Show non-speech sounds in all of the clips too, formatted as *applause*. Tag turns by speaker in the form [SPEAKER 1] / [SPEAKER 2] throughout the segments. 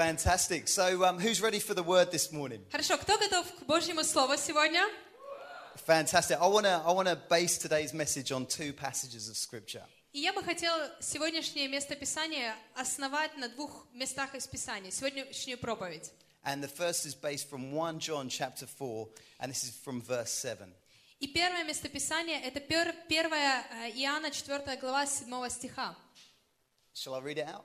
[SPEAKER 1] Fantastic. So, um, who's ready for the word this morning?
[SPEAKER 2] Хорошо, кто готов к Божьему Слову сегодня?
[SPEAKER 1] Fantastic. I want to I want to base today's message on two passages of scripture.
[SPEAKER 2] И я бы хотел сегодняшнее местописание основать на двух местах из Писания, сегодняшнюю проповедь.
[SPEAKER 1] And the first is based from 1 John chapter 4 and this is from verse 7.
[SPEAKER 2] И первое местописание — это пер, 1 э, Иоанна, 4 глава, 7 стиха.
[SPEAKER 1] Shall I read it out?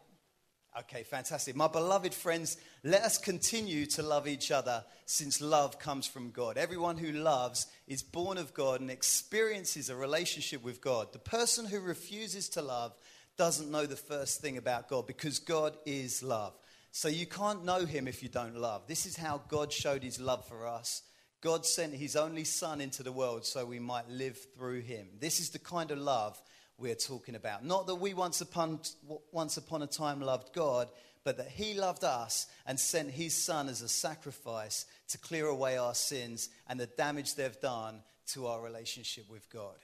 [SPEAKER 1] Okay, fantastic. My beloved friends, let us continue to love each other since love comes from God. Everyone who loves is born of God and experiences a relationship with God. The person who refuses to love doesn't know the first thing about God because God is love. So you can't know him if you don't love. This is how God showed his love for us. God sent his only son into the world so we might live through him. This is the kind of love we're talking about. Not that we once upon, once upon a time loved God, but that He loved us and sent His Son as a sacrifice to clear away our sins and the damage they've done to our relationship with God.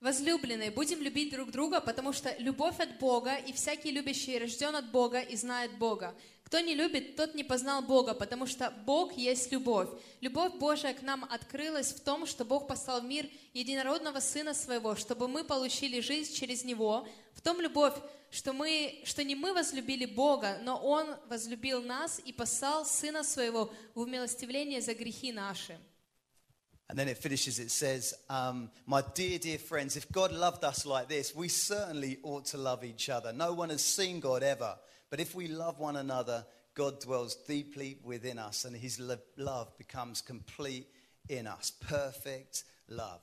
[SPEAKER 2] Возлюбленные, будем любить друг друга, потому что любовь от Бога, и всякий любящий рожден от Бога и знает Бога. Кто не любит, тот не познал Бога, потому что Бог есть любовь. Любовь Божия к нам открылась в том, что Бог послал в мир единородного Сына Своего, чтобы мы получили жизнь через Него. В том любовь, что, мы, что не мы возлюбили Бога, но Он возлюбил нас и послал Сына Своего в умилостивление за грехи наши.
[SPEAKER 1] And then it finishes, it says, um, My dear, dear friends, if God loved us like this, we certainly ought to love each other. No one has seen God ever, but if we love one another, God dwells deeply within us, and his lo- love becomes complete in us. Perfect love.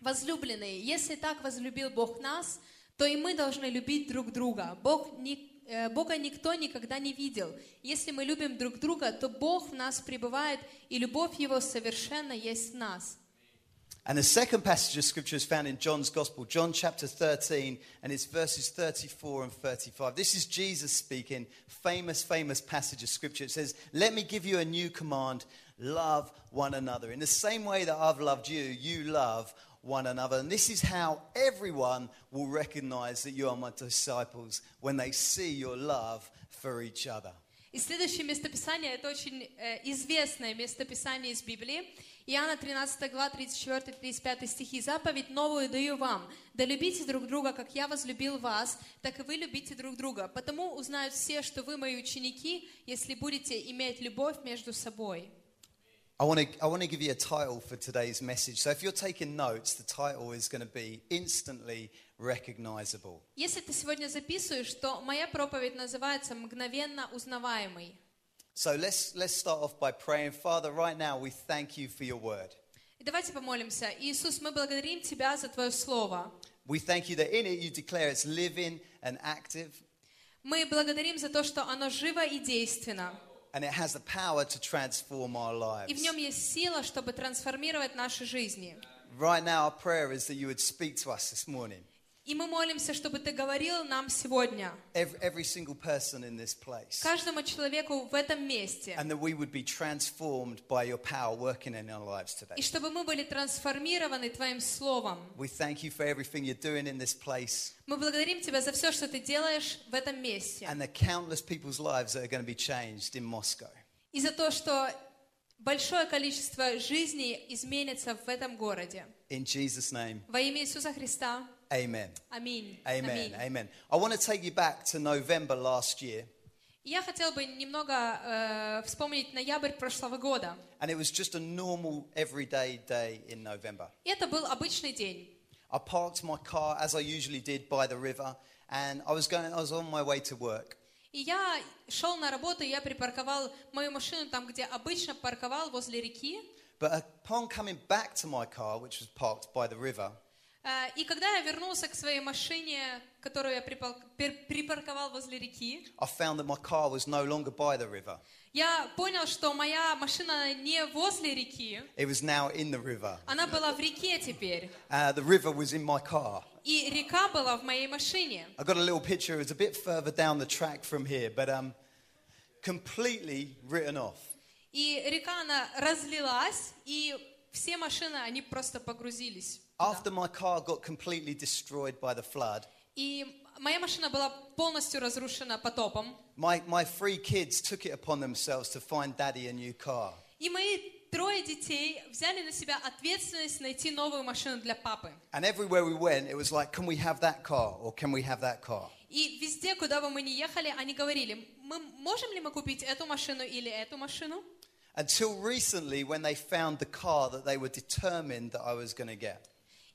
[SPEAKER 2] Возлюбленные, если так возлюбил Бог нас, то и мы должны любить друг друга. Бог ни- э, Бога никто никогда не видел. Если мы любим друг друга, то Бог в нас пребывает, и любовь Его совершенно есть в нас.
[SPEAKER 1] And the second passage of scripture is found in John's Gospel, John chapter 13, and it's verses 34 and 35. This is Jesus speaking, famous, famous passage of scripture. It says, Let me give you a new command love one another. In the same way that I've loved you, you love one another. And this is how everyone will recognize that you are my disciples when they see your love for each other.
[SPEAKER 2] И следующее местописание, это очень э, известное местописание из Библии. Иоанна 13 глава 34-35 стихи. «Заповедь новую даю вам, да любите друг друга, как я возлюбил вас, так и вы любите друг друга. Потому узнают все, что вы мои ученики, если будете иметь любовь между собой».
[SPEAKER 1] I want to I want to give you a title for today's message. So if you're taking notes, the title is going to be instantly recognizable.
[SPEAKER 2] Если ты сегодня записываешь, то моя проповедь называется «Мгновенно узнаваемый».
[SPEAKER 1] So let's let's start off by praying. Father, right now we thank you for your word.
[SPEAKER 2] И давайте помолимся. Иисус, мы благодарим Тебя за Твое Слово.
[SPEAKER 1] We thank you that in it you declare it's living and active
[SPEAKER 2] Мы благодарим за то, что оно живо и действенно.
[SPEAKER 1] and it has the power to transform our
[SPEAKER 2] И в
[SPEAKER 1] lives.
[SPEAKER 2] нем есть сила, чтобы трансформировать наши жизни.
[SPEAKER 1] Right now our prayer is that you would speak to us this morning.
[SPEAKER 2] И мы молимся, чтобы ты говорил нам сегодня,
[SPEAKER 1] Every, every single person in this place.
[SPEAKER 2] каждому человеку в этом месте,
[SPEAKER 1] And that we would be transformed by your power working in our lives today.
[SPEAKER 2] и чтобы мы были трансформированы Твоим Словом.
[SPEAKER 1] We thank you for everything you're doing in this place
[SPEAKER 2] Мы благодарим Тебя за все, что Ты делаешь в этом месте,
[SPEAKER 1] and the countless people's lives that are going to be changed in Moscow.
[SPEAKER 2] и за то, что большое количество жизней изменится в этом городе.
[SPEAKER 1] In Jesus' name,
[SPEAKER 2] Во имя Иисуса Христа.
[SPEAKER 1] amen.
[SPEAKER 2] Аминь.
[SPEAKER 1] Amen.
[SPEAKER 2] Аминь.
[SPEAKER 1] Amen. I want to take you back to November last year,
[SPEAKER 2] Я хотела бы немного э, вспомнить ноябрь прошлого года.
[SPEAKER 1] and it was just a normal, everyday day in November.
[SPEAKER 2] Это был обычный день.
[SPEAKER 1] I parked my car as I usually did by the river, and I was going. I was on my way to work,
[SPEAKER 2] И я шел на работу, и я припарковал мою машину там, где обычно парковал, возле реки.
[SPEAKER 1] but upon coming back to my car, which was parked by the river,
[SPEAKER 2] Э, И когда я вернулся к своей машине, которую я припал- пер- припарковал возле реки,
[SPEAKER 1] I found that my car was no longer by the river.
[SPEAKER 2] я понял, что моя машина не возле реки,
[SPEAKER 1] It was now in the river.
[SPEAKER 2] она была в реке теперь.
[SPEAKER 1] Uh, the river was in my car.
[SPEAKER 2] И река была в моей машине.
[SPEAKER 1] I got a little picture. It was a bit further down the track from here, but um, completely written off.
[SPEAKER 2] И река, она разлилась, и все машины, они просто погрузились. туда.
[SPEAKER 1] After my car got completely destroyed by the flood,
[SPEAKER 2] И Моя машина была полностью разрушена потопом.
[SPEAKER 1] My, my three kids took it upon themselves to find daddy a new car.
[SPEAKER 2] И мои трое детей взяли на себя ответственность найти новую машину для папы.
[SPEAKER 1] And everywhere we went, it was like, can we have that car or can we have that car?
[SPEAKER 2] И везде, куда бы мы ни ехали, они говорили, мы можем ли мы купить эту машину или эту машину?
[SPEAKER 1] Until recently, when they found the car that they were determined that I was going to get.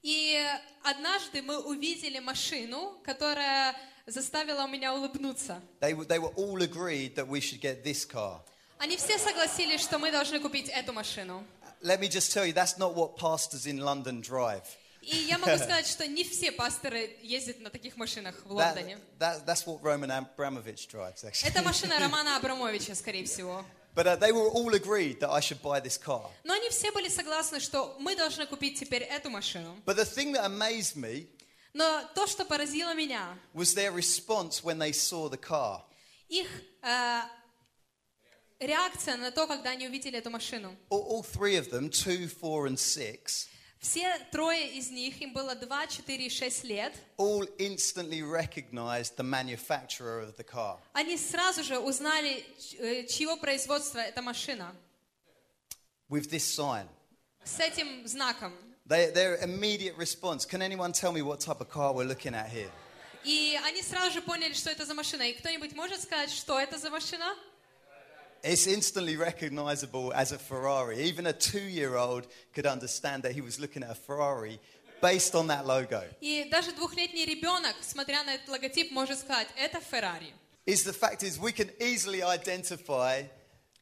[SPEAKER 2] И однажды мы увидели машину, которая заставила меня улыбнуться.
[SPEAKER 1] They, were- they were all agreed that we should get this car.
[SPEAKER 2] Они все согласились, что мы должны купить эту машину.
[SPEAKER 1] Let me just tell you, that's not what pastors in London drive.
[SPEAKER 2] И я могу сказать, что не все пасторы ездят на таких машинах в
[SPEAKER 1] That-
[SPEAKER 2] Лондоне.
[SPEAKER 1] that- that's what Roman Abramovich drives, actually.
[SPEAKER 2] Это машина Романа Абрамовича, скорее всего.
[SPEAKER 1] *laughs* But uh, they were all agreed that I should buy this car.
[SPEAKER 2] Но они все были согласны, что мы должны купить теперь эту машину.
[SPEAKER 1] But the thing that amazed me
[SPEAKER 2] Но то, что поразило меня,
[SPEAKER 1] was their response when they saw the car.
[SPEAKER 2] их э, реакция на то, когда они увидели эту машину.
[SPEAKER 1] All, all three of them, two, four, and six,
[SPEAKER 2] Все трое из них, им было 2, 4 и 6 лет,
[SPEAKER 1] all instantly recognized the manufacturer of the car.
[SPEAKER 2] они сразу же узнали, ч- э, чьего производства эта машина.
[SPEAKER 1] with this sign.
[SPEAKER 2] С этим знаком.
[SPEAKER 1] They, their immediate response can anyone tell me what type of car we're looking at here?
[SPEAKER 2] И они сразу же поняли, что это за машина. И кто-нибудь может сказать, что это за машина?
[SPEAKER 1] It's instantly recognizable as a Ferrari. Even a two year old could understand that he was looking at a Ferrari based on that logo.
[SPEAKER 2] И даже двухлетний ребенок, смотря на этот логотип, может сказать, это Феррари.
[SPEAKER 1] Is the fact is, we can easily identify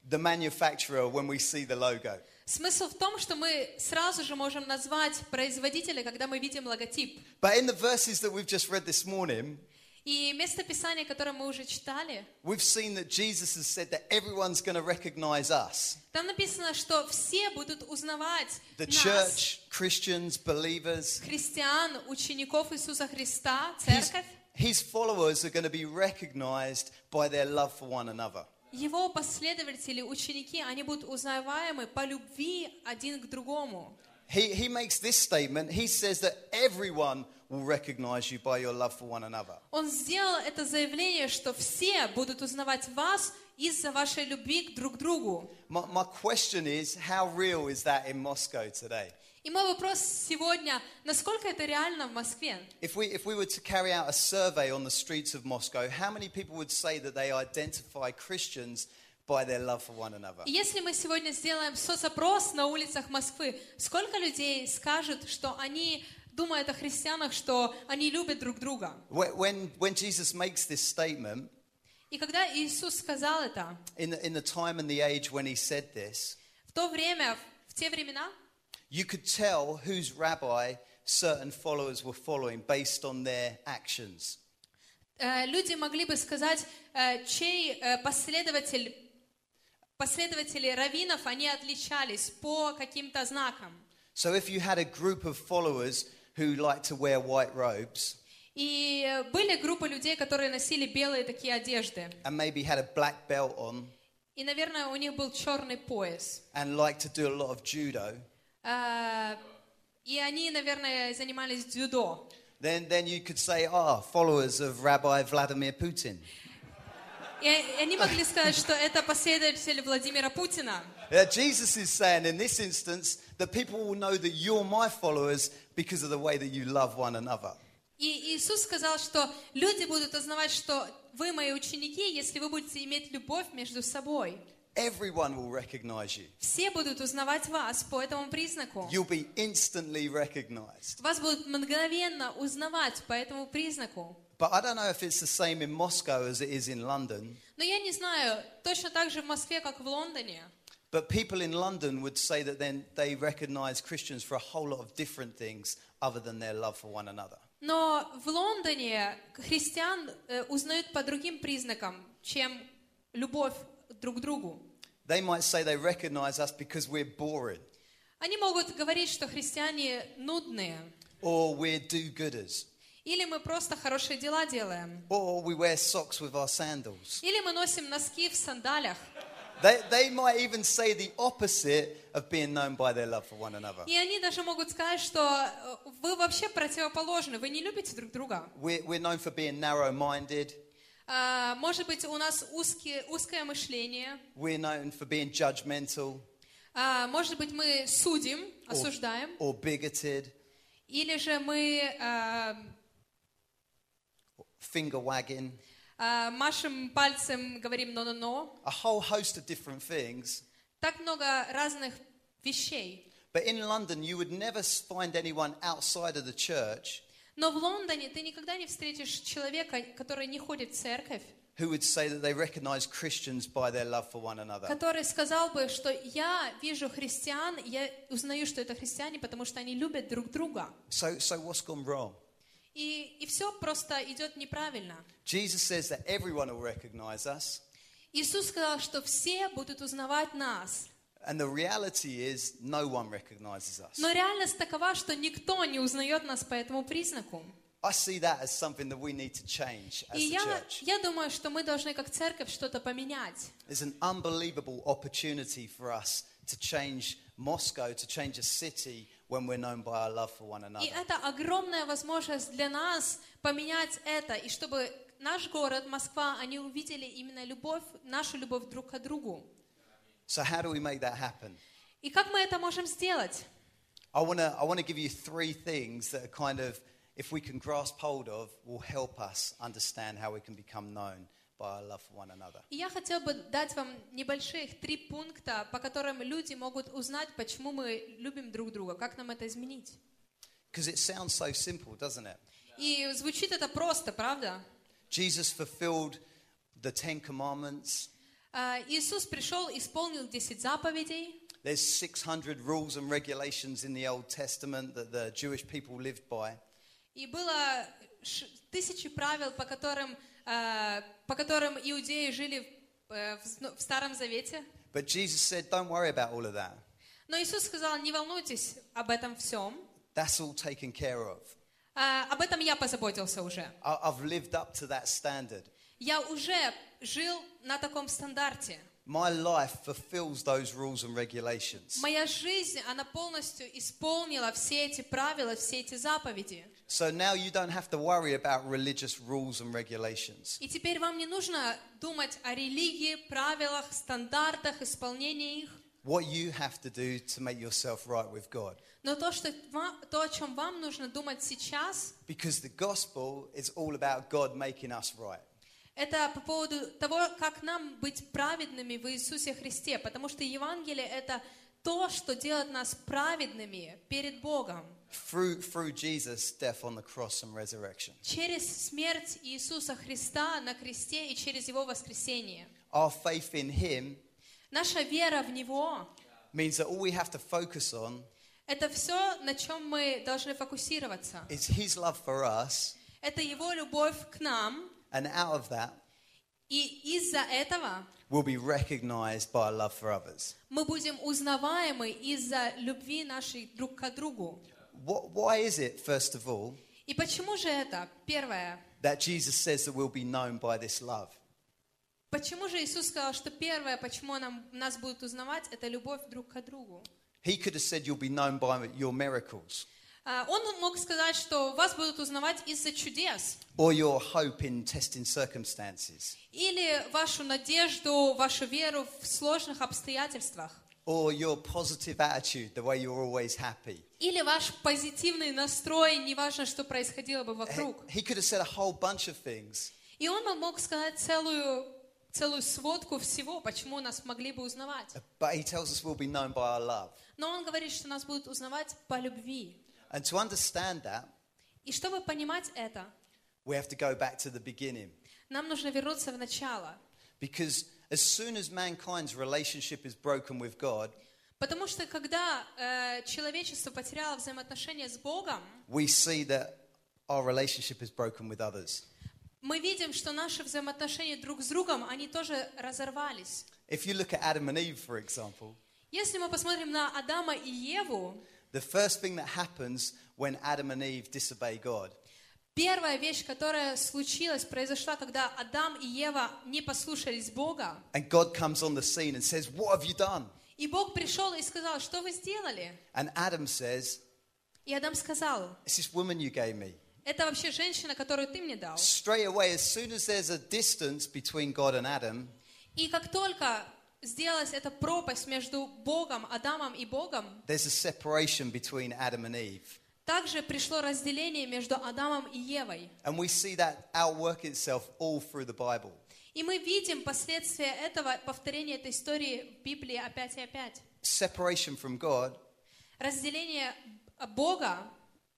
[SPEAKER 1] the manufacturer when we see the logo.
[SPEAKER 2] Смысл в том, что мы сразу же можем назвать производителя, когда мы видим логотип.
[SPEAKER 1] But in the verses that we've just read this morning,
[SPEAKER 2] И место Писания, которое мы уже читали,
[SPEAKER 1] we've seen that Jesus has said that everyone's going to recognize us.
[SPEAKER 2] там написано, что все будут узнавать
[SPEAKER 1] The
[SPEAKER 2] нас,
[SPEAKER 1] church, Christians, believers,
[SPEAKER 2] христиан, учеников Иисуса Христа,
[SPEAKER 1] His,
[SPEAKER 2] церковь.
[SPEAKER 1] his followers are going to be recognized by their love for one another.
[SPEAKER 2] Его последователи, ученики, они будут узнаваемы по любви один к другому.
[SPEAKER 1] He, he makes this statement. He says that everyone will recognize you by your love for one another.
[SPEAKER 2] Он сделал это заявление, что все будут узнавать вас из-за вашей любви к друг другу.
[SPEAKER 1] My, my question is how real is that in Moscow today?
[SPEAKER 2] И мой вопрос сегодня, насколько это реально в Москве?
[SPEAKER 1] If we, if we were to carry out a survey on the streets of Moscow, how many people would say that they identify Christians by their love for one another?
[SPEAKER 2] И если мы сегодня сделаем соцопрос на улицах Москвы, сколько людей скажут, что они думают о христианах, что они любят друг друга?
[SPEAKER 1] When, when, when Jesus makes this statement,
[SPEAKER 2] И когда Иисус сказал это,
[SPEAKER 1] in the, in the time and the age when he said this,
[SPEAKER 2] в то время, в те времена,
[SPEAKER 1] You could tell whose rabbi certain followers were following based on their actions.
[SPEAKER 2] э, люди могли бы сказать, э, чей э, последователь, последователи раввинов, они отличались по каким-то знакам.
[SPEAKER 1] So if you had a group of followers who liked to wear white robes
[SPEAKER 2] И э, были группы людей, которые носили белые такие одежды.
[SPEAKER 1] and maybe had a black belt on
[SPEAKER 2] И, наверное, у них был черный пояс.
[SPEAKER 1] and liked to do a lot of judo,
[SPEAKER 2] Э, И они, наверное, занимались дзюдо.
[SPEAKER 1] then, then you could say, ah, followers of Rabbi Vladimir Putin.
[SPEAKER 2] И они могли сказать, что это последователи Владимира Путина.
[SPEAKER 1] Now, Uh, Jesus is saying in this instance that people will know that you're my followers because of the way that you love one another.
[SPEAKER 2] И Иисус сказал, что люди будут узнавать, что вы мои ученики, если вы будете иметь любовь между собой.
[SPEAKER 1] Everyone will recognize you.
[SPEAKER 2] Все будут узнавать вас по этому признаку.
[SPEAKER 1] You'll be instantly recognized.
[SPEAKER 2] Вас будут мгновенно узнавать по этому признаку.
[SPEAKER 1] But I don't know if it's the same in Moscow as it is in London.
[SPEAKER 2] Но я не знаю, точно так же в Москве, как в Лондоне.
[SPEAKER 1] But people in London would say that then they recognize Christians for a whole lot of different things other than their love for one another.
[SPEAKER 2] Но в Лондоне христиан э, узнают по другим признакам, чем любовь друг к другу.
[SPEAKER 1] They might say they recognize us because we're boring
[SPEAKER 2] Они могут говорить, что христиане нудные,
[SPEAKER 1] or we're do gooders
[SPEAKER 2] или мы просто хорошие дела делаем,
[SPEAKER 1] or we wear socks with our sandals.
[SPEAKER 2] или мы носим носки в сандалях.
[SPEAKER 1] They, they might even say the opposite of being known by their love for one another.
[SPEAKER 2] И они даже могут сказать, что э, вы вообще противоположны, вы не любите друг друга.
[SPEAKER 1] We're, we're known for being narrow minded.
[SPEAKER 2] А, Может быть, у нас узкие, узкое мышление.
[SPEAKER 1] We're known for being judgmental
[SPEAKER 2] А, Может быть, мы судим, осуждаем.
[SPEAKER 1] or bigoted,
[SPEAKER 2] Или же мы а,
[SPEAKER 1] finger wagging,
[SPEAKER 2] а, машем пальцем, говорим «но-но-но».
[SPEAKER 1] a whole host of different things.
[SPEAKER 2] Так много разных вещей.
[SPEAKER 1] But in London, you would never s- find anyone outside of the church
[SPEAKER 2] Но в Лондоне ты никогда не встретишь человека, который не ходит в церковь,
[SPEAKER 1] who would say that they recognize Christians by their love for one another.
[SPEAKER 2] который сказал бы, что я вижу христиан, я узнаю, что это христиане, потому что они любят друг друга.
[SPEAKER 1] So, so what's gone wrong?
[SPEAKER 2] И, и все просто идет неправильно.
[SPEAKER 1] Jesus says that everyone will recognize us.
[SPEAKER 2] Иисус сказал, что все будут узнавать нас.
[SPEAKER 1] And the reality is, no one recognizes us.
[SPEAKER 2] Но реальность такова, что никто не узнает нас по этому признаку.
[SPEAKER 1] I see that as something that we need to change
[SPEAKER 2] И
[SPEAKER 1] as the
[SPEAKER 2] я,
[SPEAKER 1] church.
[SPEAKER 2] я думаю, что мы должны как церковь что-то поменять.
[SPEAKER 1] It's an unbelievable opportunity for us to change Moscow, to change a city when we're known by our love for one another.
[SPEAKER 2] И это огромная возможность для нас поменять это, и чтобы наш город, Москва, они увидели именно любовь, нашу любовь друг к другу.
[SPEAKER 1] So, how do we make that happen?
[SPEAKER 2] И как мы это можем сделать?
[SPEAKER 1] I want to I wanna give you three things that are kind of, if we can grasp hold of, will help us understand how we can become known by our love for one another.
[SPEAKER 2] И я хотела бы дать вам небольших три пункта, по которым люди могут узнать, почему мы любим друг друга, как нам это изменить.
[SPEAKER 1] Because it sounds so simple, doesn't it?
[SPEAKER 2] И звучит это просто, правда?
[SPEAKER 1] Jesus fulfilled the Ten Commandments.
[SPEAKER 2] А, Иисус пришел, исполнил 10 заповедей,
[SPEAKER 1] There's 600 rules and regulations in the Old Testament that the Jewish people lived by.
[SPEAKER 2] и было ш- тысячи правил, по которым, а, по которым иудеи жили в- э, в, Зно- в Старом Завете.
[SPEAKER 1] But Jesus said, Don't worry about all of that.
[SPEAKER 2] Но Иисус сказал, не волнуйтесь об этом всем,
[SPEAKER 1] That's all taken care of.
[SPEAKER 2] А, об этом я позаботился уже.
[SPEAKER 1] I- I've lived up to that standard.
[SPEAKER 2] Я уже жил на таком стандарте.
[SPEAKER 1] My life fulfills those rules and regulations.
[SPEAKER 2] Моя жизнь, она полностью исполнила все эти правила, все эти заповеди.
[SPEAKER 1] So now you don't have to worry about religious rules and regulations.
[SPEAKER 2] И теперь вам не нужно думать о религии, правилах, стандартах, исполнении их.
[SPEAKER 1] What you have to do to make yourself right with God.
[SPEAKER 2] Но то, что, ва- то, о чем вам нужно думать сейчас,
[SPEAKER 1] Because the gospel is all about God making us right.
[SPEAKER 2] это по поводу того, как нам быть праведными в Иисусе Христе. Потому что Евангелие — это то, что делает нас праведными перед Богом.
[SPEAKER 1] Through, through Jesus' death on the cross and resurrection,
[SPEAKER 2] Через смерть Иисуса Христа на кресте и через Его воскресение.
[SPEAKER 1] our faith in Him
[SPEAKER 2] Наша вера в Него
[SPEAKER 1] means that all we have to focus on
[SPEAKER 2] — это все, на чем мы должны фокусироваться.
[SPEAKER 1] is His love for us,
[SPEAKER 2] Это Его любовь к нам,
[SPEAKER 1] and out of that,
[SPEAKER 2] и из-за этого
[SPEAKER 1] we'll be recognized by our love for others.
[SPEAKER 2] мы будем узнаваемы из-за любви нашей друг к другу.
[SPEAKER 1] What, why is it, first of all,
[SPEAKER 2] И почему же это? Первое.
[SPEAKER 1] that Jesus says that we'll be known by this love?
[SPEAKER 2] Почему же Иисус сказал, что первое, почему нам, нас будут узнавать, это любовь друг к другу?
[SPEAKER 1] He could have said, You'll be known by your miracles,
[SPEAKER 2] А, Он мог сказать, что вас будут узнавать из-за чудес,
[SPEAKER 1] or your hope in testing circumstances,
[SPEAKER 2] или вашу надежду, вашу веру в сложных обстоятельствах,
[SPEAKER 1] or your positive attitude, the way you're always happy.
[SPEAKER 2] или ваш позитивный настрой, неважно, что происходило бы
[SPEAKER 1] He,
[SPEAKER 2] вокруг.
[SPEAKER 1] he could have said a whole bunch of things,
[SPEAKER 2] И он бы мог сказать целую, целую сводку всего, почему нас могли бы узнавать.
[SPEAKER 1] but He tells us we'll be known by our love.
[SPEAKER 2] Но он говорит, что нас будут узнавать по любви.
[SPEAKER 1] And to understand that,
[SPEAKER 2] И чтобы понимать это,
[SPEAKER 1] we have to go back to the beginning.
[SPEAKER 2] нам нужно вернуться в начало.
[SPEAKER 1] Because as soon as mankind's relationship is broken with God,
[SPEAKER 2] Потому что когда э, человечество потеряло взаимоотношения с Богом,
[SPEAKER 1] we see that our relationship is broken with others.
[SPEAKER 2] мы видим, что наши взаимоотношения друг с другом, они тоже разорвались.
[SPEAKER 1] If you look at Adam and Eve, for example,
[SPEAKER 2] Если мы посмотрим на Адама и Еву,
[SPEAKER 1] the first thing that happens when Adam and Eve disobey God
[SPEAKER 2] Первая вещь, которая случилась, произошла, когда Адам и Ева не послушались Бога.
[SPEAKER 1] And God comes on the scene and says, What have you done?
[SPEAKER 2] И Бог пришел и сказал, что вы сделали?
[SPEAKER 1] And Adam says,
[SPEAKER 2] И Адам сказал,
[SPEAKER 1] It's this woman you gave me.
[SPEAKER 2] это вообще женщина, которую ты мне дал.
[SPEAKER 1] Straight away, as soon as there's a distance between God and Adam,
[SPEAKER 2] И как только сделалась эта пропасть между Богом, Адамом и Богом,
[SPEAKER 1] there's a separation between Adam and Eve.
[SPEAKER 2] также пришло разделение между Адамом и Евой.
[SPEAKER 1] And we see that outwork itself all through the Bible.
[SPEAKER 2] И мы видим последствия этого, повторения этой истории в Библии опять и опять.
[SPEAKER 1] Separation from God
[SPEAKER 2] Разделение Бога,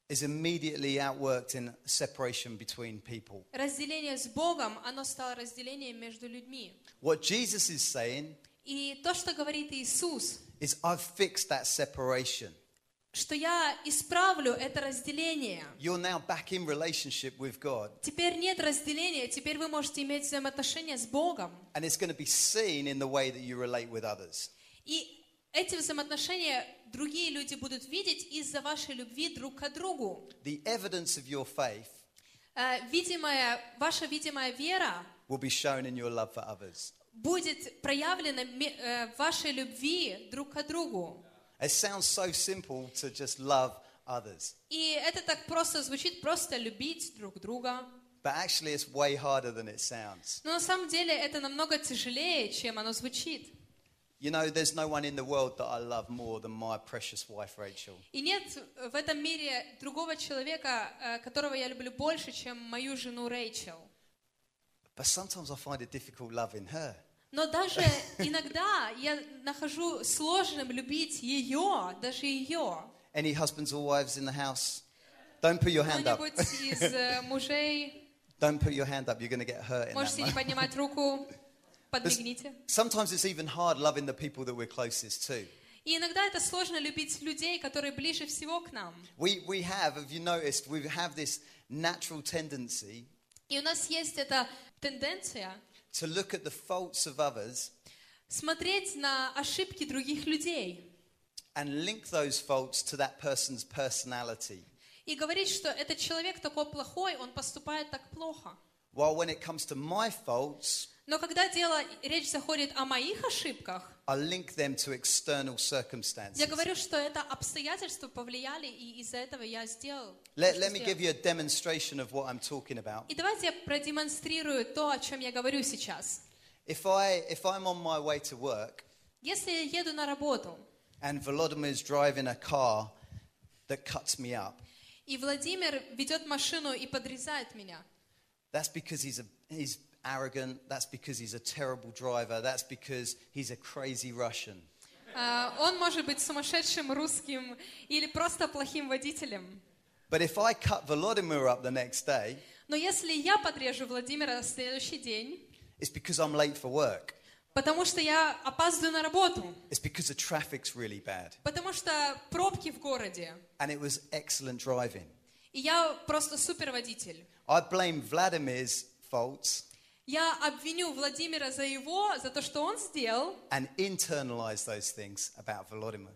[SPEAKER 1] is immediately outworked in separation between people.
[SPEAKER 2] разделение с Богом, оно стало разделением между людьми.
[SPEAKER 1] What Jesus is saying
[SPEAKER 2] И то, что говорит Иисус,
[SPEAKER 1] is, I've fixed that separation.
[SPEAKER 2] что я исправлю это разделение.
[SPEAKER 1] You're now back in relationship with God.
[SPEAKER 2] Теперь нет разделения, теперь вы можете иметь взаимоотношения с Богом.
[SPEAKER 1] And it's going to be seen in the way that you relate with others.
[SPEAKER 2] И эти взаимоотношения другие люди будут видеть из-за вашей любви друг к другу.
[SPEAKER 1] The evidence of your faith
[SPEAKER 2] Э, Видимая, ваша видимая вера
[SPEAKER 1] will be shown in your love for others.
[SPEAKER 2] будет проявлена ме- э, в вашей любви друг к другу.
[SPEAKER 1] It sounds so simple to just love others,
[SPEAKER 2] И это так просто звучит, просто любить друг друга.
[SPEAKER 1] but actually, it's way harder than it sounds.
[SPEAKER 2] Но на самом деле это намного тяжелее, чем оно звучит.
[SPEAKER 1] You know, there's no one in the world that I love more than my precious wife, Rachel.
[SPEAKER 2] И нет в этом мире другого человека, э, которого я люблю больше, чем мою жену Рэйчел.
[SPEAKER 1] But sometimes I find it difficult loving her.
[SPEAKER 2] Но даже иногда я нахожу сложным любить ее, даже ее.
[SPEAKER 1] Any husbands or wives in the house? Don't put your hand up.
[SPEAKER 2] Кто-нибудь из э, мужей,
[SPEAKER 1] Don't put your hand up. You're going to get hurt in that
[SPEAKER 2] можете не
[SPEAKER 1] moment. *laughs*
[SPEAKER 2] поднимать руку, подмигните.
[SPEAKER 1] Sometimes it's even hard loving the people that we're closest to.
[SPEAKER 2] И иногда это сложно любить людей, которые ближе всего к нам.
[SPEAKER 1] We, we have, have you noticed, we have this natural tendency
[SPEAKER 2] И у нас есть эта тенденция
[SPEAKER 1] to look at the faults of others
[SPEAKER 2] смотреть на ошибки других людей
[SPEAKER 1] and link those faults to that person's personality.
[SPEAKER 2] и говорить, что этот человек такой плохой, он поступает так плохо.
[SPEAKER 1] While when it comes to my faults,
[SPEAKER 2] Но когда дело, речь заходит о моих ошибках,
[SPEAKER 1] I link them to external
[SPEAKER 2] Я
[SPEAKER 1] circumstances.
[SPEAKER 2] говорю, что это обстоятельства повлияли, и из-за этого я сделал. то,
[SPEAKER 1] Let,
[SPEAKER 2] что
[SPEAKER 1] let me
[SPEAKER 2] сделал.
[SPEAKER 1] give you a demonstration of what I'm talking about.
[SPEAKER 2] И давайте я продемонстрирую то, о чем я говорю сейчас.
[SPEAKER 1] If, I, if I'm on my way to work
[SPEAKER 2] Если я еду на работу,
[SPEAKER 1] and Volodimir's driving a car that cuts me up,
[SPEAKER 2] и Владимир ведет машину и подрезает меня,
[SPEAKER 1] That's because he's, a, he's arrogant. That's because he's a terrible driver. That's because he's a crazy Russian.
[SPEAKER 2] э, он может быть сумасшедшим русским или просто плохим водителем.
[SPEAKER 1] But if I cut Volodymyr up the next day,
[SPEAKER 2] Но если я подрежу Владимира на следующий день,
[SPEAKER 1] it's because I'm late for work.
[SPEAKER 2] потому что я опаздываю на работу,
[SPEAKER 1] It's because the traffic's really bad.
[SPEAKER 2] потому что пробки в городе,
[SPEAKER 1] And it was excellent driving.
[SPEAKER 2] и я просто суперводитель.
[SPEAKER 1] I blame Vladimir's faults
[SPEAKER 2] Я обвиню Владимира за его, за то, что он сделал,
[SPEAKER 1] and internalize those things about Volodymyr.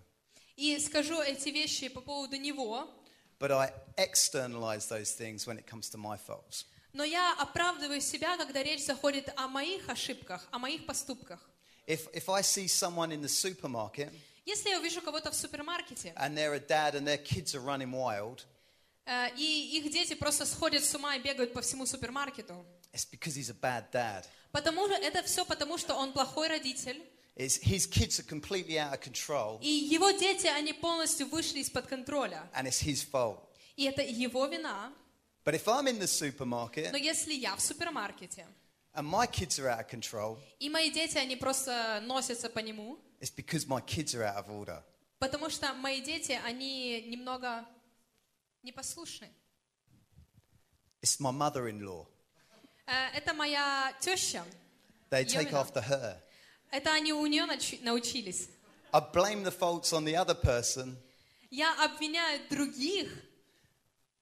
[SPEAKER 2] и скажу эти вещи по поводу него,
[SPEAKER 1] But I externalize those things when it comes to my faults.
[SPEAKER 2] но я оправдываю себя, когда речь заходит о моих ошибках, о моих поступках.
[SPEAKER 1] If, if I see someone in the supermarket
[SPEAKER 2] Если я увижу кого-то в супермаркете,
[SPEAKER 1] and they're a dad and their kids are running wild,
[SPEAKER 2] э, и их дети просто сходят с ума и бегают по всему супермаркету,
[SPEAKER 1] It's because he's a bad dad.
[SPEAKER 2] потому что это все потому, что он плохой родитель,
[SPEAKER 1] It's, his kids are completely out of control,
[SPEAKER 2] и его дети, они полностью вышли из-под контроля,
[SPEAKER 1] and it's his fault.
[SPEAKER 2] и это его вина.
[SPEAKER 1] But if I'm in the
[SPEAKER 2] Но
[SPEAKER 1] supermarket
[SPEAKER 2] если я в супермаркете,
[SPEAKER 1] and my kids are out of control,
[SPEAKER 2] и мои дети, они просто носятся по нему,
[SPEAKER 1] it's because my kids are out of order.
[SPEAKER 2] Потому что мои дети, они немного непослушны.
[SPEAKER 1] It's my mother-in-law.
[SPEAKER 2] Э, Это моя теща.
[SPEAKER 1] They
[SPEAKER 2] You're
[SPEAKER 1] take
[SPEAKER 2] not-
[SPEAKER 1] after her.
[SPEAKER 2] Это они у нее начи- научились.
[SPEAKER 1] I blame the faults on the other person,
[SPEAKER 2] Я обвиняю других,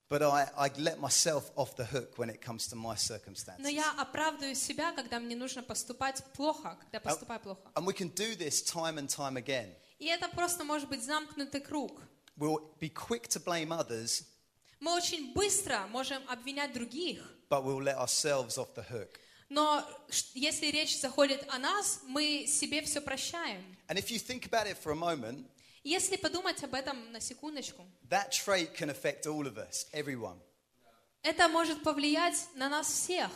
[SPEAKER 1] but I, I let myself off the hook when it comes to my
[SPEAKER 2] но
[SPEAKER 1] circumstances.
[SPEAKER 2] я оправдываю себя, когда мне нужно поступать плохо, когда поступаю плохо.
[SPEAKER 1] And we can do this time and time again.
[SPEAKER 2] И это просто может быть замкнутый круг.
[SPEAKER 1] We'll be quick to blame others,
[SPEAKER 2] Мы очень быстро можем обвинять других,
[SPEAKER 1] but we'll let ourselves off the hook.
[SPEAKER 2] но ш- если речь заходит о нас, мы себе все прощаем.
[SPEAKER 1] And if you think about it for a moment,
[SPEAKER 2] Если подумать об этом на секундочку,
[SPEAKER 1] that trait can affect all of us, everyone.
[SPEAKER 2] это может повлиять на нас всех.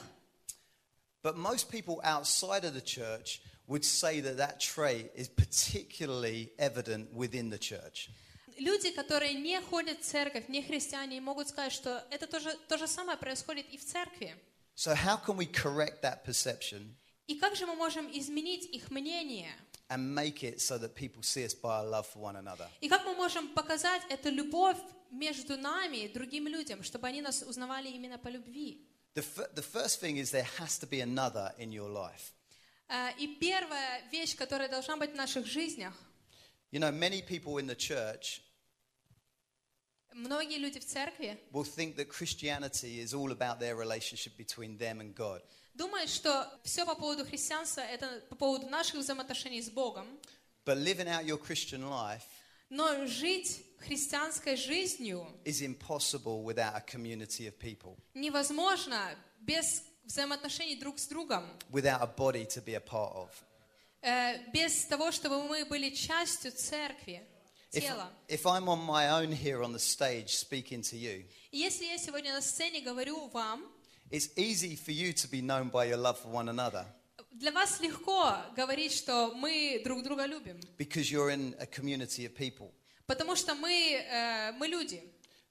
[SPEAKER 1] But most people outside of the church would say that that trait is particularly evident within the church.
[SPEAKER 2] Люди, которые не ходят в церковь, не христиане, могут сказать, что это тоже, то же самое происходит и в церкви.
[SPEAKER 1] So, how can we correct that perception
[SPEAKER 2] И как же мы можем изменить их мнение?
[SPEAKER 1] and make it so that people see us by our love for one another?
[SPEAKER 2] И как мы можем показать эту любовь между нами и другим людям, чтобы они нас узнавали именно по любви?
[SPEAKER 1] The, f- the first thing is there has to be another in your life.
[SPEAKER 2] Э, И первая вещь, которая должна быть в наших жизнях,
[SPEAKER 1] You know, many people in the church
[SPEAKER 2] многие люди в церкви
[SPEAKER 1] will think that Christianity is all about their relationship between them and God.
[SPEAKER 2] думают, что все по поводу христианства, это по поводу наших взаимоотношений с Богом.
[SPEAKER 1] But living out your Christian life
[SPEAKER 2] Но жить христианской жизнью
[SPEAKER 1] is impossible without a community of people,
[SPEAKER 2] невозможно без взаимоотношений друг с другом,
[SPEAKER 1] without a body to be a part of.
[SPEAKER 2] э, без того, чтобы мы были частью церкви,
[SPEAKER 1] If,
[SPEAKER 2] тела.
[SPEAKER 1] if I'm on my own here on the stage speaking to you,
[SPEAKER 2] И Если я сегодня на сцене говорю вам,
[SPEAKER 1] it's easy for you to be known by your love for one another
[SPEAKER 2] для вас легко говорить, что мы друг друга любим,
[SPEAKER 1] because you're in a community of people.
[SPEAKER 2] потому что мы, э, мы люди.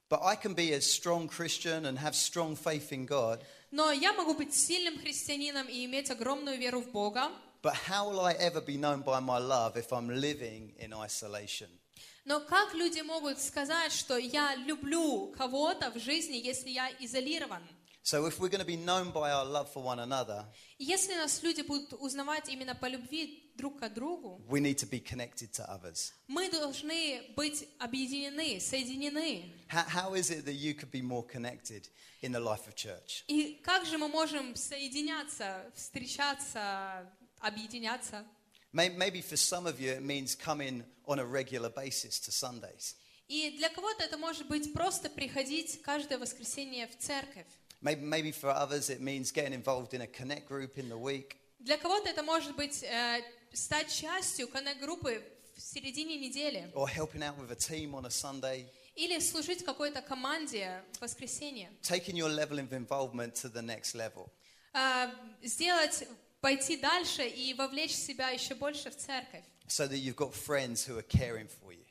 [SPEAKER 1] But I can be a strong Christian and have strong faith in God,
[SPEAKER 2] Но я могу быть сильным христианином и иметь огромную веру в Бога,
[SPEAKER 1] but how will I ever be known by my love if I'm living in isolation?
[SPEAKER 2] но как люди могут сказать, что я люблю кого-то в жизни, если я изолирован?
[SPEAKER 1] So if we're going to be known by our love for one another,
[SPEAKER 2] И Если нас люди будут узнавать именно по любви друг к другу,
[SPEAKER 1] we need to be connected to others.
[SPEAKER 2] мы должны быть объединены, соединены.
[SPEAKER 1] How, how is it that you could be more connected in the life of church?
[SPEAKER 2] И как же мы можем соединяться, встречаться, объединяться?
[SPEAKER 1] May- Maybe for some of you, it means coming on a regular basis to Sundays.
[SPEAKER 2] И для кого-то это может быть просто приходить каждое воскресенье в церковь.
[SPEAKER 1] Maybe, maybe for others, it means getting involved in a connect group in the week.
[SPEAKER 2] Для кого-то это может быть э, стать частью коннект-группы в середине недели
[SPEAKER 1] or helping out with a team on a Sunday,
[SPEAKER 2] или служить какой-то команде в воскресенье.
[SPEAKER 1] taking your level of involvement to the next level.
[SPEAKER 2] Э, сделать, пойти дальше и вовлечь себя еще больше в церковь,
[SPEAKER 1] so that you've got friends who are caring for you.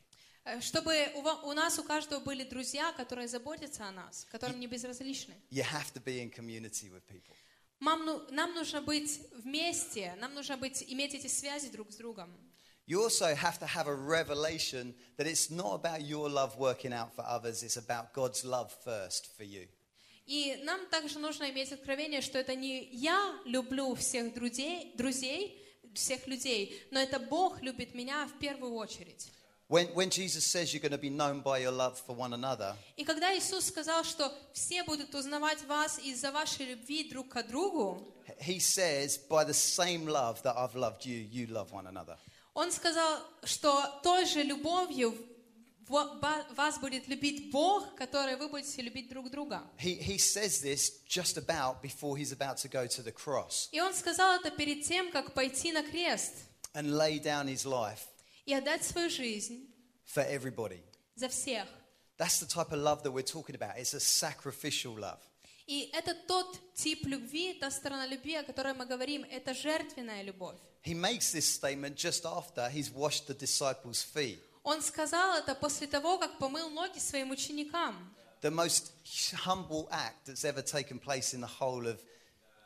[SPEAKER 2] Э, чтобы у, ва- у нас у каждого были друзья, которые заботятся о нас, которым не безразличны.
[SPEAKER 1] You have то be in community with people.
[SPEAKER 2] Мам, ну- нам нужно быть вместе, нам нужно быть, иметь эти связи друг с другом.
[SPEAKER 1] You also have to have a revelation that it's not about your love working out for others, it's about God's love first for you.
[SPEAKER 2] И нам также нужно иметь откровение, что это не я люблю всех друзей, друзей всех людей, но это Бог любит меня в первую очередь.
[SPEAKER 1] When, when Jesus says you're going to be known by your love for one another,
[SPEAKER 2] И когда Иисус сказал, что все будут узнавать вас из-за вашей любви друг к другу,
[SPEAKER 1] he says, by the same love that I've loved you, you love one another.
[SPEAKER 2] Он сказал, что той же любовью во- ба- вас будет любить Бог, который вы будете любить друг друга.
[SPEAKER 1] He, he says this just about before he's about to go to the cross
[SPEAKER 2] И он сказал это перед тем, как пойти на крест
[SPEAKER 1] and lay down his life
[SPEAKER 2] и отдать свою жизнь
[SPEAKER 1] for everybody.
[SPEAKER 2] за всех.
[SPEAKER 1] That's the type of love that we're talking about. It's a sacrificial love.
[SPEAKER 2] И это тот тип любви, та сторона любви, о которой мы говорим, это жертвенная любовь.
[SPEAKER 1] He makes this statement just after he's washed the disciples' feet.
[SPEAKER 2] Он сказал это после того, как помыл ноги своим ученикам.
[SPEAKER 1] The most humble act that's ever taken place in the whole of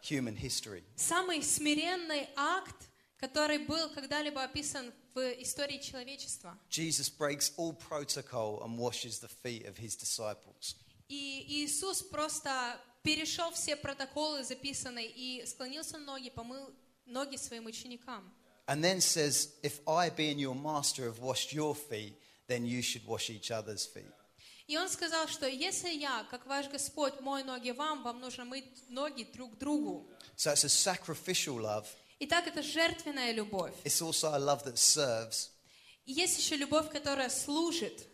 [SPEAKER 1] human history.
[SPEAKER 2] Самый смиренный акт, который был когда-либо описан в истории человечества.
[SPEAKER 1] Jesus breaks all protocol and washes the feet of his disciples.
[SPEAKER 2] И Иисус просто перешел все протоколы записанные и склонился на ноги, помыл ноги своим ученикам.
[SPEAKER 1] And then says, If I, being your master, have washed your feet, then you should wash each other's feet.
[SPEAKER 2] И он сказал, что если я, как ваш Господь, мой ноги вам, вам нужно мыть ноги друг другу.
[SPEAKER 1] So it's a sacrificial love.
[SPEAKER 2] Итак, это жертвенная любовь.
[SPEAKER 1] It's also a love that serves,
[SPEAKER 2] И Есть еще любовь, которая служит.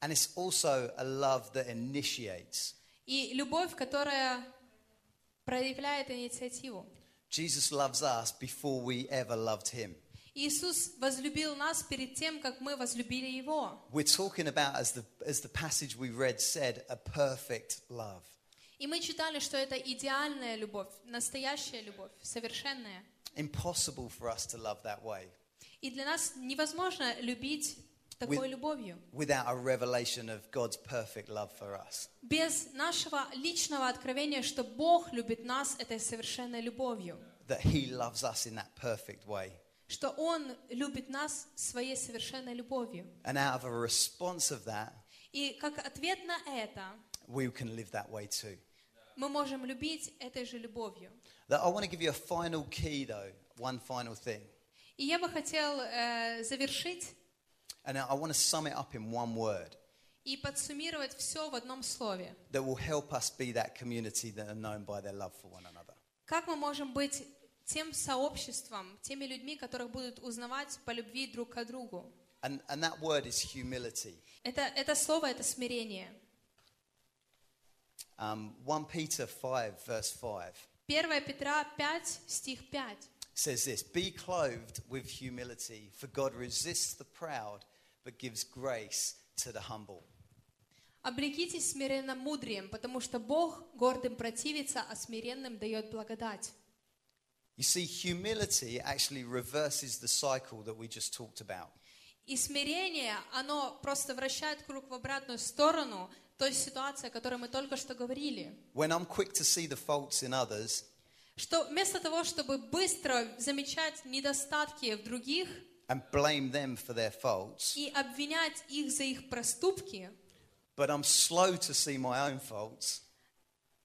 [SPEAKER 1] And it's also a love that initiates.
[SPEAKER 2] И любовь, которая проявляет инициативу.
[SPEAKER 1] Jesus loves us before we ever loved him.
[SPEAKER 2] Иисус возлюбил нас перед тем, как мы возлюбили Его.
[SPEAKER 1] We're talking about, as the, as the passage we read said, a perfect love.
[SPEAKER 2] И мы читали, что это идеальная любовь, настоящая любовь, совершенная.
[SPEAKER 1] Impossible for us to love that way
[SPEAKER 2] И для нас невозможно любить такой
[SPEAKER 1] With-
[SPEAKER 2] любовью.
[SPEAKER 1] without a revelation of God's perfect love for us.
[SPEAKER 2] Без нашего личного откровения, что Бог любит нас этой совершенной любовью.
[SPEAKER 1] That he loves us in that perfect way.
[SPEAKER 2] Что Он любит нас своей совершенной любовью.
[SPEAKER 1] And out of a response of that,
[SPEAKER 2] И как ответ на это,
[SPEAKER 1] we can live that way too.
[SPEAKER 2] мы можем любить этой же любовью.
[SPEAKER 1] That I want to give you a final key though, one final thing.
[SPEAKER 2] И я бы хотел э, завершить
[SPEAKER 1] And I want to sum it up in one word
[SPEAKER 2] и подсуммировать все в одном слове.
[SPEAKER 1] that will help us be that community that are known by their love for one another.
[SPEAKER 2] Как мы можем быть тем сообществом, теми людьми, которых будут узнавать по любви друг к другу?
[SPEAKER 1] And, and that word is humility.
[SPEAKER 2] Это, это слово, это смирение.
[SPEAKER 1] Um, 1 Peter 5, verse 5
[SPEAKER 2] 1 Петра 5, стих 5.
[SPEAKER 1] says this Be clothed with humility, for God resists the proud, but gives grace to the humble.
[SPEAKER 2] «Облекитесь смиренно мудрием, потому что Бог гордым противится, а смиренным дает благодать».
[SPEAKER 1] You see, humility actually reverses the cycle that we just talked about.
[SPEAKER 2] И смирение, оно просто вращает круг в обратную сторону той ситуации, о которой мы только что говорили.
[SPEAKER 1] When I'm quick to see the faults in others
[SPEAKER 2] Что вместо того, чтобы быстро замечать недостатки в других
[SPEAKER 1] and blame them for their faults,
[SPEAKER 2] и обвинять их за их проступки,
[SPEAKER 1] but I'm slow to see my own faults,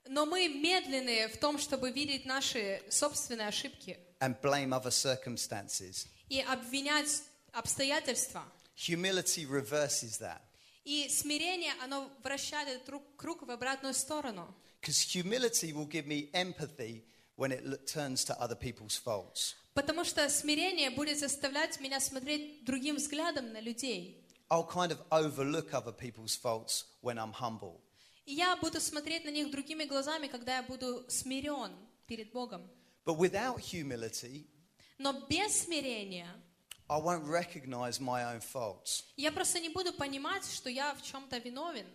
[SPEAKER 2] но мы медленные в том, чтобы видеть наши собственные ошибки
[SPEAKER 1] and blame other circumstances.
[SPEAKER 2] и обвинять обстоятельства.
[SPEAKER 1] Humility reverses that
[SPEAKER 2] И смирение, оно вращает этот ру- круг в обратную сторону.
[SPEAKER 1] because humility will give me empathy when it look, turns to other people's faults.
[SPEAKER 2] Потому что смирение будет заставлять меня смотреть другим взглядом на людей.
[SPEAKER 1] I'll kind of overlook other people's faults when I'm humble.
[SPEAKER 2] И я буду смотреть на них другими глазами, когда я буду смирен перед Богом.
[SPEAKER 1] But without humility,
[SPEAKER 2] Но без смирения
[SPEAKER 1] I won't recognize my own faults.
[SPEAKER 2] я просто не буду понимать, что я в чем-то виновен.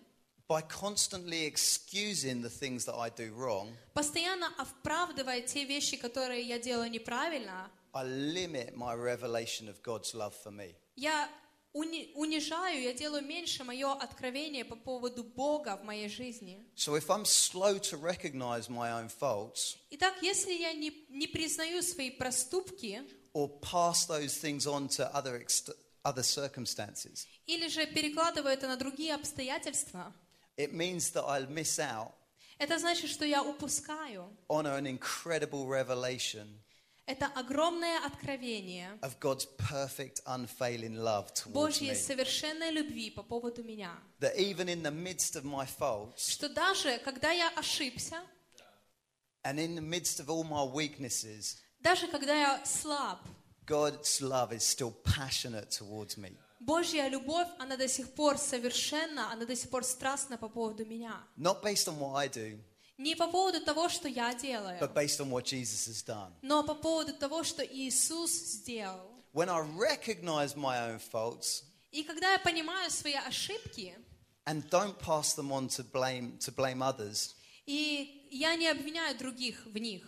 [SPEAKER 1] By constantly excusing the things that I do wrong,
[SPEAKER 2] Постоянно оправдывая те вещи, которые я делаю неправильно,
[SPEAKER 1] I limit my revelation of God's love for me.
[SPEAKER 2] я уни- унижаю, я делаю меньше мое откровение по поводу Бога в моей жизни.
[SPEAKER 1] So if I'm slow to recognize my own faults
[SPEAKER 2] Итак, если я не, не признаю свои проступки
[SPEAKER 1] or pass those things on to other, ext- other circumstances,
[SPEAKER 2] или же перекладываю это на другие обстоятельства,
[SPEAKER 1] it means that I'll miss out
[SPEAKER 2] это значит, что я упускаю.
[SPEAKER 1] on an incredible revelation
[SPEAKER 2] Это огромное откровение
[SPEAKER 1] of God's perfect, unfailing love towards
[SPEAKER 2] Божьей
[SPEAKER 1] me.
[SPEAKER 2] совершенной любви по поводу меня.
[SPEAKER 1] That even in the midst of my faults
[SPEAKER 2] Что даже когда я ошибся,
[SPEAKER 1] and in the midst of all my weaknesses,
[SPEAKER 2] даже когда я слаб,
[SPEAKER 1] God's love is still passionate towards me.
[SPEAKER 2] Божья любовь, она до сих пор совершенна, она до сих пор страстна по поводу меня.
[SPEAKER 1] Not based on what I do,
[SPEAKER 2] Не по поводу того, что я делаю,
[SPEAKER 1] but based on what Jesus has done.
[SPEAKER 2] но по поводу того, что Иисус сделал.
[SPEAKER 1] When I recognize my own faults
[SPEAKER 2] И когда я понимаю свои ошибки,
[SPEAKER 1] and don't pass them on to blame, to blame others,
[SPEAKER 2] и я не обвиняю других в них,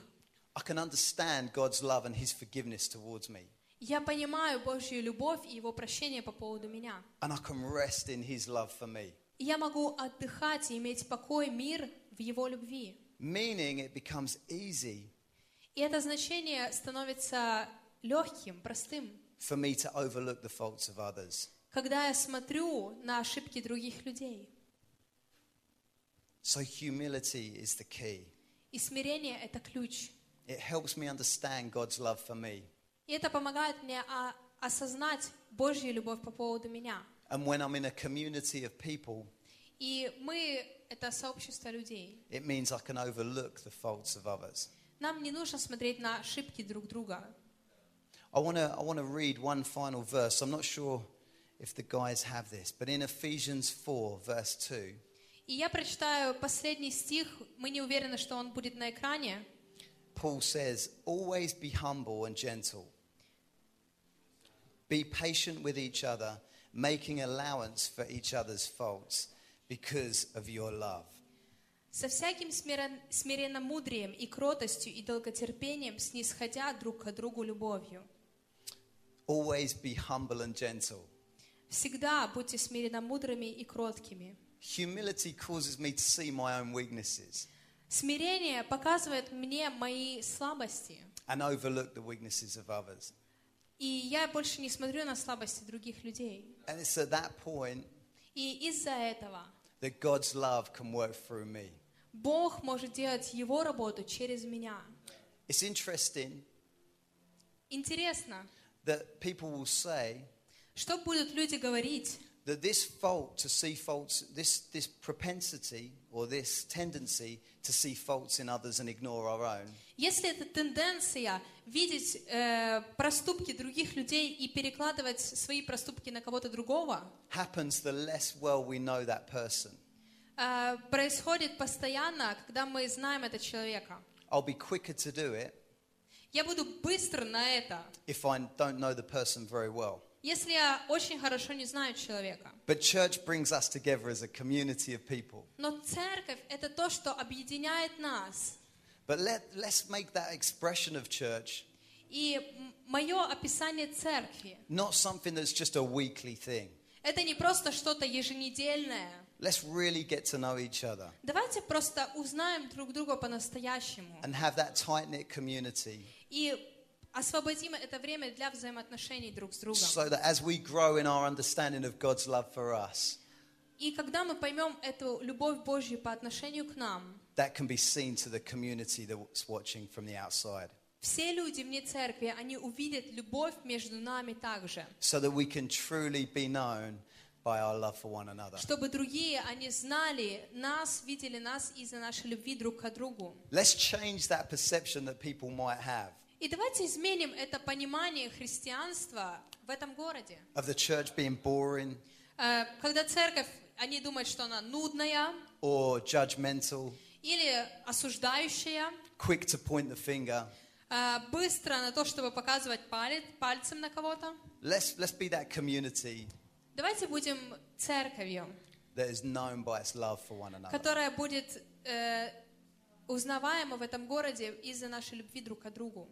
[SPEAKER 1] I can understand God's love and His forgiveness towards me.
[SPEAKER 2] я понимаю Божью любовь и Его прощение по поводу меня.
[SPEAKER 1] And I can rest in His love for me.
[SPEAKER 2] И я могу отдыхать и иметь покой, мир в Его любви.
[SPEAKER 1] Meaning it becomes easy
[SPEAKER 2] И это значение становится легким, простым,
[SPEAKER 1] for me to overlook the faults of others.
[SPEAKER 2] когда я смотрю на ошибки других людей.
[SPEAKER 1] So humility is the key.
[SPEAKER 2] И смирение — это ключ.
[SPEAKER 1] It helps me understand God's love for me.
[SPEAKER 2] И это помогает мне а, осознать Божью любовь по поводу меня.
[SPEAKER 1] And when I'm in a community of people,
[SPEAKER 2] И мы — это сообщество людей.
[SPEAKER 1] it means I can overlook the faults of others.
[SPEAKER 2] Нам не нужно смотреть на ошибки друг друга.
[SPEAKER 1] I want to I want to read one final verse. I'm not sure if the guys have this, but in Ephesians 4, verse 2,
[SPEAKER 2] И я прочитаю последний стих, мы не уверены, что он будет на экране.
[SPEAKER 1] Paul says, Always be humble and gentle. Be patient with each other, making allowance for each other's faults because of your love.
[SPEAKER 2] «Со всяким смирен- смиренномудрием и кротостью и долготерпением, снисходя друг к другу любовью».
[SPEAKER 1] Always be humble and gentle.
[SPEAKER 2] Всегда будьте смиренномудрыми и кроткими.
[SPEAKER 1] Humility causes me to see my own weaknesses
[SPEAKER 2] Смирение показывает мне мои слабости,
[SPEAKER 1] and overlook the weaknesses of others.
[SPEAKER 2] и я больше не смотрю на слабости других людей.
[SPEAKER 1] And it's at that point
[SPEAKER 2] И из-за этого
[SPEAKER 1] that God's love can work through me.
[SPEAKER 2] Бог может делать Его работу через меня.
[SPEAKER 1] It's interesting
[SPEAKER 2] Интересно,
[SPEAKER 1] that people will say
[SPEAKER 2] что будут люди говорить,
[SPEAKER 1] that this fault to see faults, this, this propensity or this tendency to see faults in others and ignore our own,
[SPEAKER 2] если эта тенденция видеть э, проступки других людей и перекладывать свои проступки на кого-то другого,
[SPEAKER 1] happens the less well we know that person.
[SPEAKER 2] э, происходит постоянно, когда мы знаем этого человека.
[SPEAKER 1] I'll be quicker to do it
[SPEAKER 2] Я буду быстро на это,
[SPEAKER 1] if I don't know the person very well.
[SPEAKER 2] если я очень хорошо не знаю человека.
[SPEAKER 1] But church brings us together as a community of people.
[SPEAKER 2] Но церковь — это то, что объединяет нас.
[SPEAKER 1] But let, let's make that expression of church
[SPEAKER 2] И мое описание церкви
[SPEAKER 1] not something that's just a weekly thing.
[SPEAKER 2] — это не просто что-то еженедельное.
[SPEAKER 1] Let's really get to know each other
[SPEAKER 2] Давайте просто узнаем друг друга по-настоящему
[SPEAKER 1] and have that tight knit community
[SPEAKER 2] и освободим это время для взаимоотношений друг с другом.
[SPEAKER 1] so that as we grow in our understanding of God's love for us,
[SPEAKER 2] И когда мы поймем эту любовь Божью по отношению к нам,
[SPEAKER 1] that can be seen to the community that's watching from the outside
[SPEAKER 2] все люди вне церкви, они увидят любовь между нами также.
[SPEAKER 1] so that we can truly be known by our love for one another.
[SPEAKER 2] чтобы другие, они знали нас, видели нас из-за нашей любви друг к другу.
[SPEAKER 1] Let's change that perception that people might have
[SPEAKER 2] И давайте изменим это понимание христианства в этом городе.
[SPEAKER 1] of the church being boring
[SPEAKER 2] Э, Когда церковь, они думают, что она нудная
[SPEAKER 1] or judgmental,
[SPEAKER 2] или осуждающая,
[SPEAKER 1] quick to point the finger.
[SPEAKER 2] э, быстро на то, чтобы показывать палец, пальцем на кого-то.
[SPEAKER 1] Let's, let's be that community
[SPEAKER 2] Давайте будем церковью,
[SPEAKER 1] that is known by its love for one another.
[SPEAKER 2] которая будет э, узнаваема в этом городе из-за нашей любви друг к другу.